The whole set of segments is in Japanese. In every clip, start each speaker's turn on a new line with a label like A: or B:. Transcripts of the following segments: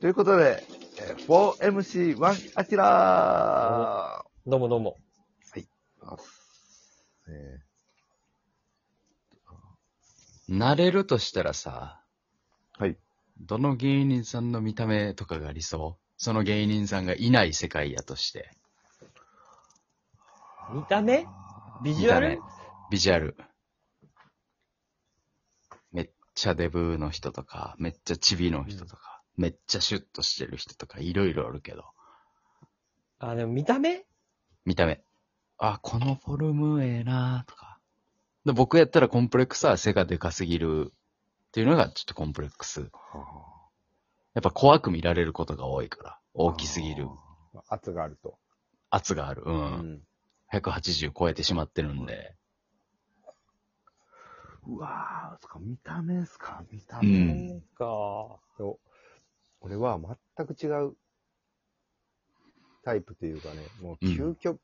A: ということで、えー 4MC1 アキラ
B: どうもどうも。
A: ーえ
C: なれるとしたらさ、
A: はい。
C: どの芸人さんの見た目とかが理想その芸人さんがいない世界やとして。
B: 見た目ビジュア
C: 見
B: ル
C: た目ビジュアル。めっちゃデブの人とか、めっちゃチビの人とか、めっちゃシュッとしてる人とか、いろいろあるけど、
B: あ、でも見た目
C: 見た目。あ、このフォルムええなとか。で僕やったらコンプレックスは背がでかすぎるっていうのがちょっとコンプレックス。
A: ーは
C: やっぱ怖く見られることが多いから、
A: あ
C: 大きすぎる。
D: 圧があると。
C: 圧がある。うん。180超えてしまってるんで。
A: うわー、そっか、見た目ですか、見た
C: う
A: 目。
C: ん。
B: か。
D: 俺は全く違うタイプというかね、もう
C: うん
D: 究極、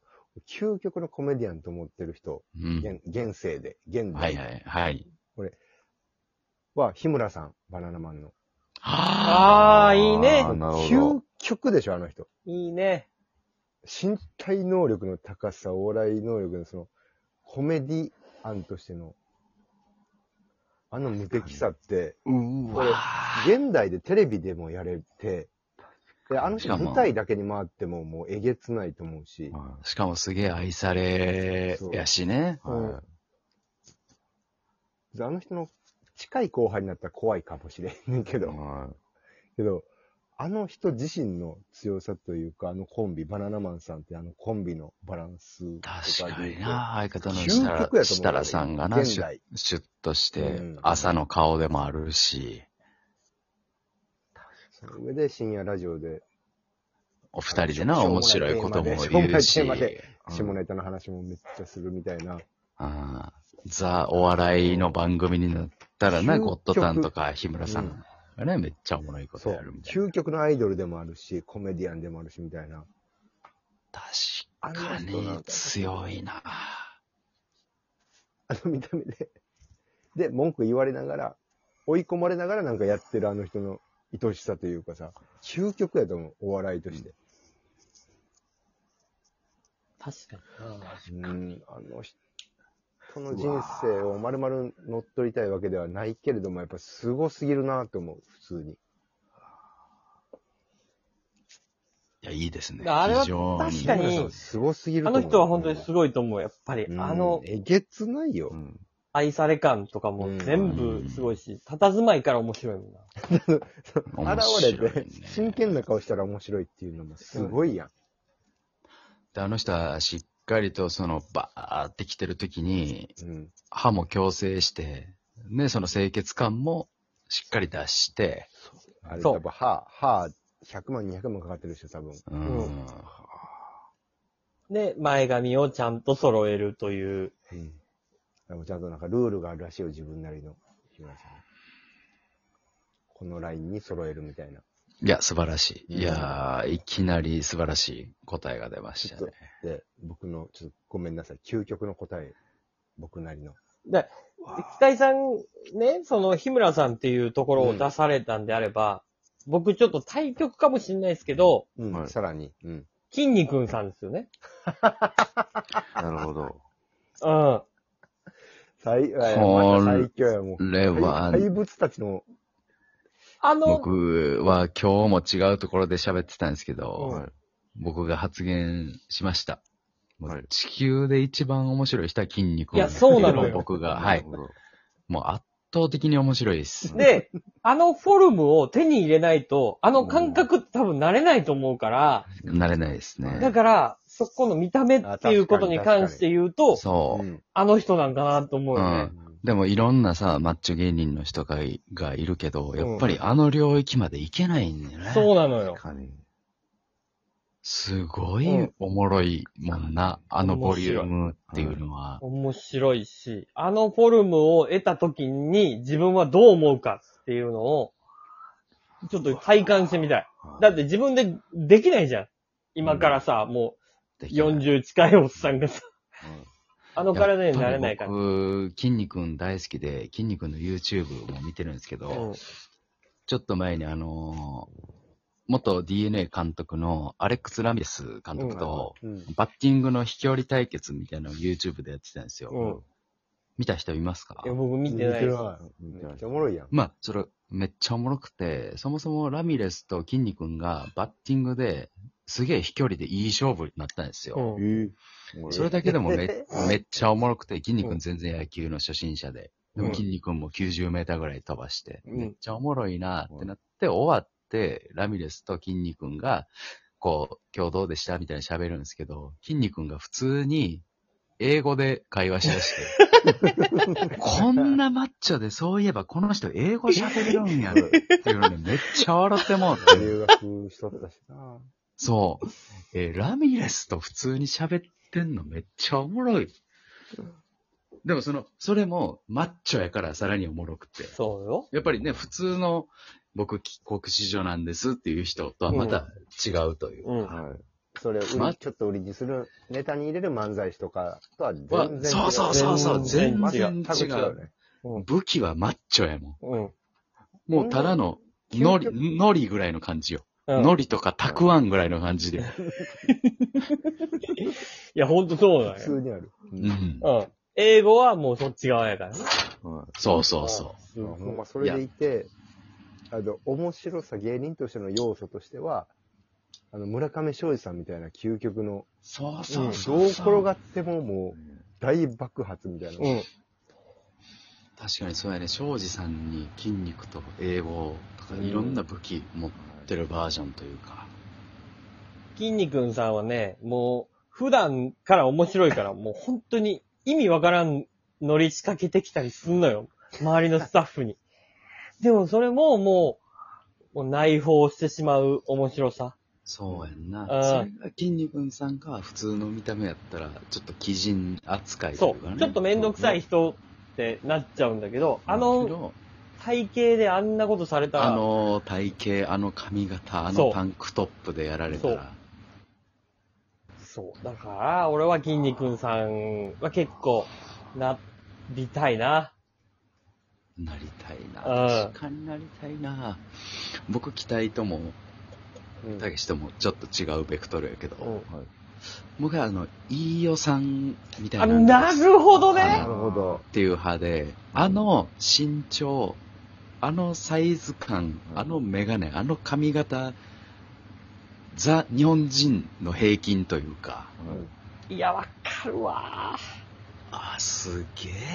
D: 究極のコメディアンと思ってる人、
C: うん。
D: 現現世で、現
C: はい
D: 代
C: はい。はい。
D: は日村さん、バナナマンの。
B: あーいいね
A: あーなるほ
D: 究極でしょ、あの人。
B: いいね。
D: 身体能力の高さ、お笑い能力のその、コメディアンとしての、あの無敵さって、
C: うーわー
D: 現代でテレビでもやれて、で、あの
C: し
D: 人
C: かも
D: 舞台だけに回ってももうえげつないと思うし
A: ど。、は
C: しかもすげえ愛されやしね。
A: い。はい
D: であの人の近い後輩になったら怖いかもしれんねんけど、
A: は
D: けど、あの人自身の強さというか、あのコンビ、バナナマンさんってあのコンビのバランスと
C: 確
D: か
C: か
D: で言う
C: に
D: と。
C: な。相方の設
D: 究極や
C: 楽
D: と思う
C: 設楽さんがな、
D: 現
C: シュ
D: 代
C: ッシュッとして
D: うん、
C: 朝の顔でもあるし、
D: その上で深夜ラジオで、
C: お二人でな、
D: しょうも
C: 面
D: ない
C: 白いことも
D: テーマで
C: 言う
D: し
C: し
D: ょうもない、テ
A: い。
D: 下ネタの話もめっちゃするみたいな。
C: うんザ・お笑いの番組になったらな、
D: 究極
C: ゴッドタンとか日村さ
D: うんん
C: がね、めっちゃおもろいこと
D: そう
C: やるみ。たいな。
D: 究極のアイドルでもあるし、コメディアンでもあるしみたいな。あ
C: 確か
D: の人なん
C: に
D: か
C: 強いな。
D: あの見た目で。で、文句言われながら、追い込まれながらなんかやってるあの人の愛しさというかさ、究極やと思う、お笑いとして。
B: 確かにな。
D: うん、あの人の人生を丸々乗っ取りたいわけではないけれども、やっぱすごすぎるなと思う、普通に。
C: いや、いいですね。
B: あれは
C: 非常
B: 確かに
D: そうすごすぎると
B: あ
D: 思
B: の
D: う
B: 人は本当にすごいと思う。やっぱり、
D: うん
B: あの、
D: えげつないよ
A: う。ん。
B: 愛され感とかも
D: うん
B: 全部すごいし、佇まいから面白いもんな。
C: 面白い
D: 現
C: ね
D: れて、真剣な顔したら面白いっていうのもすごいやん。
C: で、あの人はしっかりとそのバーって来てる時に、
D: うん。
C: 歯も矯正して、ね、その清潔感もしっかり出して、
D: あれ
B: そう
D: 多分、歯、歯、100万、200万かかってるでしょ、多分。
C: うん。
B: うんで、前髪をちゃんと揃えるという。
D: うん。でもちゃんとなんかルールがあるらしいよ、自分なりの。日村さんこのラインに揃えるみたいな。
C: いや、素晴らしい。
D: うん
C: いやー、いきなり素晴らしい答えが出ました
D: ちょ
C: ね
D: っ。で、僕の、ちょっとごめんなさい、究極の答え、僕なりの。
B: で、北井さん、ね、その日村さんっていうところを出されたんであれば、僕ちょっと対局かもしれないですけど、
D: うん、
A: はい
D: さらに。うん。
B: 筋肉さんですよね。
A: なるほど。
B: うん。
D: 最、ま
C: こ
D: た最強や、もう。
C: これは、
D: 怪物たちの、
B: あの、
C: 僕は今日も違うところで喋ってたんですけど、
B: うん
A: はい
C: 僕が発言しました。もう
A: はい
C: 地球で一番面白い人は筋肉
B: いやそうなのよ
C: 僕が、は
A: ないる。ほど
C: もう圧倒的に面白いです。
B: で、あのフォルムを手に入れないと、あの感覚って多分慣れないと思うから、
C: 慣れないですね
B: だ。から、そこの見た目っていうことに関して言うと、
C: そうう。
D: ん。
B: あの人なんかなと思うよね。
C: でもいろんなさ、マッチョ芸人の人がいがいるけど、やっぱりあの領域までいけないんだよね。
B: そうなのよ
A: 確。かに。
C: すごい
B: うん
C: おもろいもんな、あのボリュームっていうのは。
B: 面白いし、あのフォルムを得た時に自分はどう思うかっていうのを、ちょっと体感してみたい。だって自分でできないじゃん。今からさ、もう
C: できない
B: 40近いおっさんがさ、
A: うん
B: あの体になれないから。
C: やっぱり僕、筋肉ん大好きで、筋肉の YouTube も見てるんですけど、
B: うん
C: ちょっと前にあのー元 DNA 監督のアレックス・ラミレス監督と、
D: うん、
C: バッティングの飛距離対決みたいなのを YouTube でやってたんですよ。
D: うん
C: 見た人いますか
B: いや、僕見てないです。
A: 見て
D: め
A: ない
D: っちゃおもろいやん。
C: まあ、それ、めっちゃおもろくて、そもそもラミレスと筋肉がバッティングですげえ飛距離でいい勝負になったんですよ。
B: うん
A: え
C: それだけでもめ めっちゃおもろくて、筋肉全然野球の初心者で、で
D: うん
C: も筋肉も90メーターぐらい飛ばして、
B: うん
C: めっちゃおもろいなってなって、終わって、ラミレスと筋肉が、こう、今日どうでしたみたいに喋るんですけど、筋肉が普通に、英語で会話しだして、こんなマッチョで、そういえばこの人英語喋れるんやろっていうのにめっちゃ笑ってもうて
D: 留学しとったしな。
C: そう。えーラミレスと普通に喋ってんのめっちゃおもろい。でもその、それもマッチョやからさらにおもろくて。
B: そうよ。
C: やっぱりね、普通の僕帰国子女なんですっていう人とはまた違うという。
B: うん。
A: はい。
D: それを売り
C: ま
D: ちょっと売りにする、ネタに入れる漫才師とかとは全
C: わ
D: 然違う。
C: そうそうそうそう、全
B: 全然
C: 然違
D: 全く違う
C: う。
D: ね。
C: 武器はマッチョやも
B: うん。
C: ん。もうただの、
D: うん
C: の
D: 究
C: り、のりぐらいの感じよ。
B: うん
C: のりとかたくあんぐらいの感じで。
B: いや、ほんとそうだ
D: 普
B: よ。
D: 通にある。う
C: う。ん。
B: うん。英語はもうそっち側やからね。
A: はい
C: そうそうそう。
D: うんほんまそれでいて、あの、面白さ、芸人としての要素としては、あの、村上昌司さんみたいな究極の、
C: そう
D: ど
C: そううそうそう。
D: 転がってももう大爆発みたいな。
B: うん。
C: 確かにそうやね庄司さんに筋肉と英語とか
D: うん
C: いろんな武器持ってるバージョンというか、
B: 筋肉さんはね、もう、普段から面白いから、もう本当に意味わからん乗り仕掛けてきたりすんのよ。周りのスタッフに。でもそれももう、もう内包してしまう面白さ。
C: そうやん
B: う
C: なんそれが筋肉さんが普通の見た目やったらちょっと鬼人扱いとい
B: そう
C: か
B: う。
C: ね
B: ちょっとめんどくさい
C: そう
B: 人ってなっちゃうんだけど、
C: ね
B: あ
C: だけ
B: の
C: ど
B: 体型であんなことされたら、
C: あの体型あの髪型あ
B: そ
C: の
B: う
C: タンクトップでやられた
B: そう
C: ら
B: そう。だから、俺は筋肉さんは結構、な、りたいな。
C: なりたい
B: うん
C: な確かになりたいな僕期待とも
D: うん
C: たけしともちょっと違うベクトルやけど、
B: うん
C: 僕はあの飯尾さんみた
B: あ、
C: いなのが
B: なるほどね
D: なるほど。
C: っていう派で、あの身長、あのサイズ感、あのメガネ、あの髪型、ザ・日本人の平均というか、
A: はい
B: いや、わかるわ
C: あーす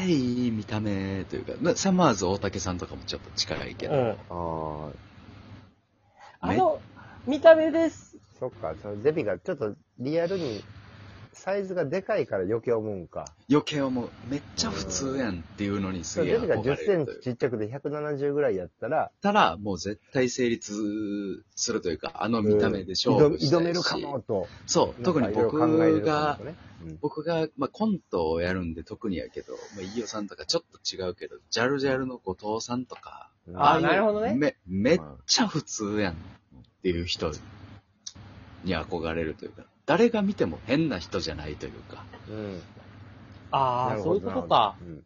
C: げえいい見た目というか、なサマーズ大竹さんとかもちょっと近いけ
B: ー。
C: ど、
B: うん。
A: あ
B: あの、見た目です。
D: そっか、そのゼビがちょっとリアルに、サイズがでかいから余計思うんか。
C: 余計思う、めっちゃ普通やんっていうのにす
D: ゼ
C: げえ
D: ビが
C: 憧
D: 10セ
C: れる
D: ン
C: とい
D: チ
C: う。
D: ちっちゃくて170ぐらいやったら、
C: たら、もう絶対成立するというか、あの見た目で勝
D: 挑
C: 負したいし、
D: 挑めるかもと。
C: そう、特に
D: なんかいろいろ考えれ
C: 僕
D: るか
C: が
D: も、ね、うん
C: 僕が、まあ、コントをやるんで特にやけど、まあ、飯尾さんとかちょっと違うけど、ジャルジャルの後藤さんとか、
B: あー
C: いう
B: なるほどね
C: め、めっ
A: はい
C: ちゃ普通やんっていう人に憧れるというか、誰が見ても変な人じゃないというか、
D: うん
B: あ
D: な
B: あ、
D: る
B: そう
D: ほ
B: い
D: ど
B: うことか。。
D: なるほど
B: い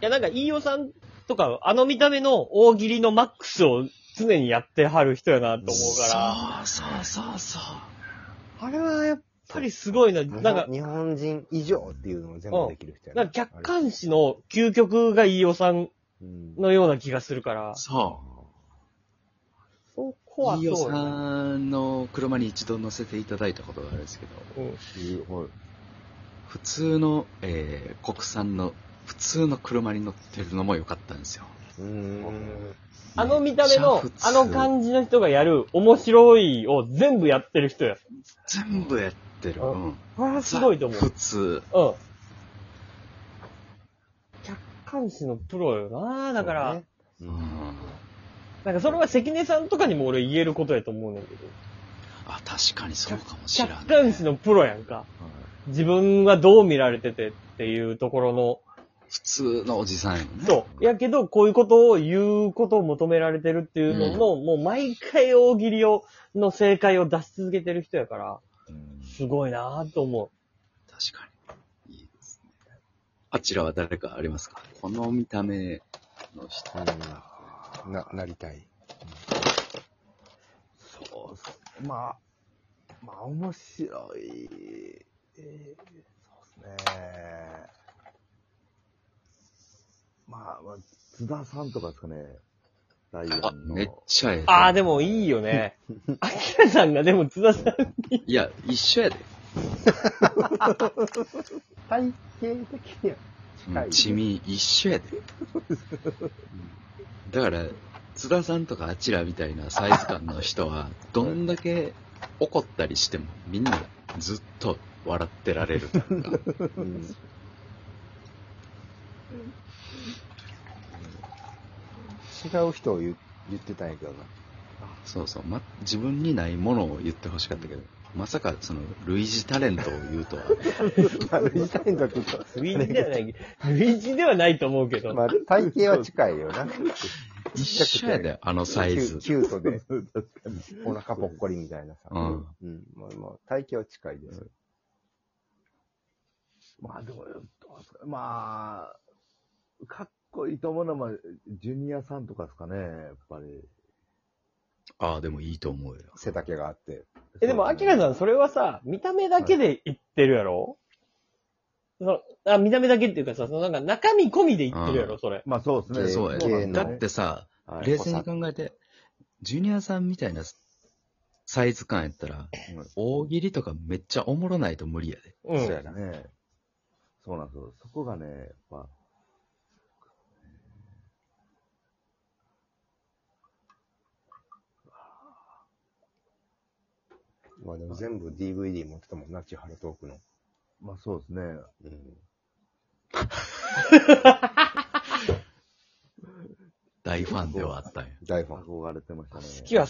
B: や、なんか、飯尾さんとか、あの見た目の大喜利のマックスを常にやってはる人やなと思うか
C: そうそうそうそう。
B: ら、あれはやっぱりすごいな。
D: うん
B: なんか、
D: 日本人以上っていうのを全部できる人や
B: なんか客観視の究極が飯尾さん
D: うん
B: のような気がするから、
C: そ
B: そこは
C: う。飯尾
B: そう
C: さ
B: やな。
C: んの車に一度乗せていただいたことがあるんですけど、
B: うん
A: ーはい。
C: 普通の、えー国産の、普通の車に乗ってるのも良かったんですよ。
D: うん
B: あの見た目の
C: めっち、ゃ
B: あ
C: 普
B: の
C: 通
B: 感じの人がやる面白いを全部やってる人や。
C: 全部やってる。
B: あ
C: うん。
B: あれはすごいと思う。
C: 普通。
B: うん。客観視のプロよなだから、
D: そうね
C: うん。
B: なんかそれは関根さんとかにも俺言えることやと思うねんけど。
C: あ、確かにそうかもしれん、ね。
B: 客観視のプロやんか。自分はどう見られててっていうところの、
C: 普通のおじさんよね。
B: そう。やけど、こういうことを言うことを求められてるっていうのの、もう毎回大喜利を、の正解を出し続けてる人やから、
A: うん
B: すごいなと思う。
C: 確かに。いいですね。あちらは誰かありますかこの見た目の人。
D: うんな、なりたい。
A: まあ、まあ、面白い。えーそうですね。まあ、まあ、津田さんとかですかね。ライア
C: あ、
A: ンの。
C: めっちゃええ。
B: ああ、でもいいよね。アキラさんがでも津田さん、
C: いや、一緒やで。
D: 体系的には近い。
C: 地味一緒やで。だから、津田さんとかあちらみたいなサイズ感の人は、どんだけ怒ったりしても、みんなずっと笑ってられるという か。
D: うん違う人を言言ってたんやけどな。
C: そうそう、ま、自分にないものを言ってほしかったけど、まさかその類似タレントを言うとは。
D: まあ、類似タレントって言う
B: 類似ではない、類似ではないと思うけ
D: と、
B: ど。
D: まあ、体型は近いよな。
C: 一緒やで、あのサイズ。
D: キュキュート で、お腹ぽっこりみたいなさ。
C: うん
D: うん。まあ、まあ、体型は近いです。
A: まあでも、どうですかまあ、かっこいいと思うのは、ジュニアさんとかですかね、やっぱり。
C: ああ、でもいいと思うよ。
D: 背丈があって。
B: え、でも、アキラ
A: ん。
B: さん、それはさ、見た目だけで言ってるやろ、そのあ見た目だけっていうかさ、そのなんか中身込みで言ってるやろ、
C: うん
B: それ。
A: まあそうですね。
C: そうや
A: そうなん
C: で。
A: です
C: だ
A: よね
C: ってさ、
D: はい
C: 冷静に考えて、ジュニアさんみたいなサイズ感やったら、大喜利とかめっちゃおもろないと無理やで。
B: う
D: そうや
B: ん。
D: な。
A: ね。そうなんですよ。そこがね、やっぱ。
D: まあでも全部 DVD 持ってたもんな、千春トークの。
A: まあそうですね。
D: うん。
C: 大ファンではあったんや。
D: 大ファン。
A: 憧れてましたね。
B: 好きは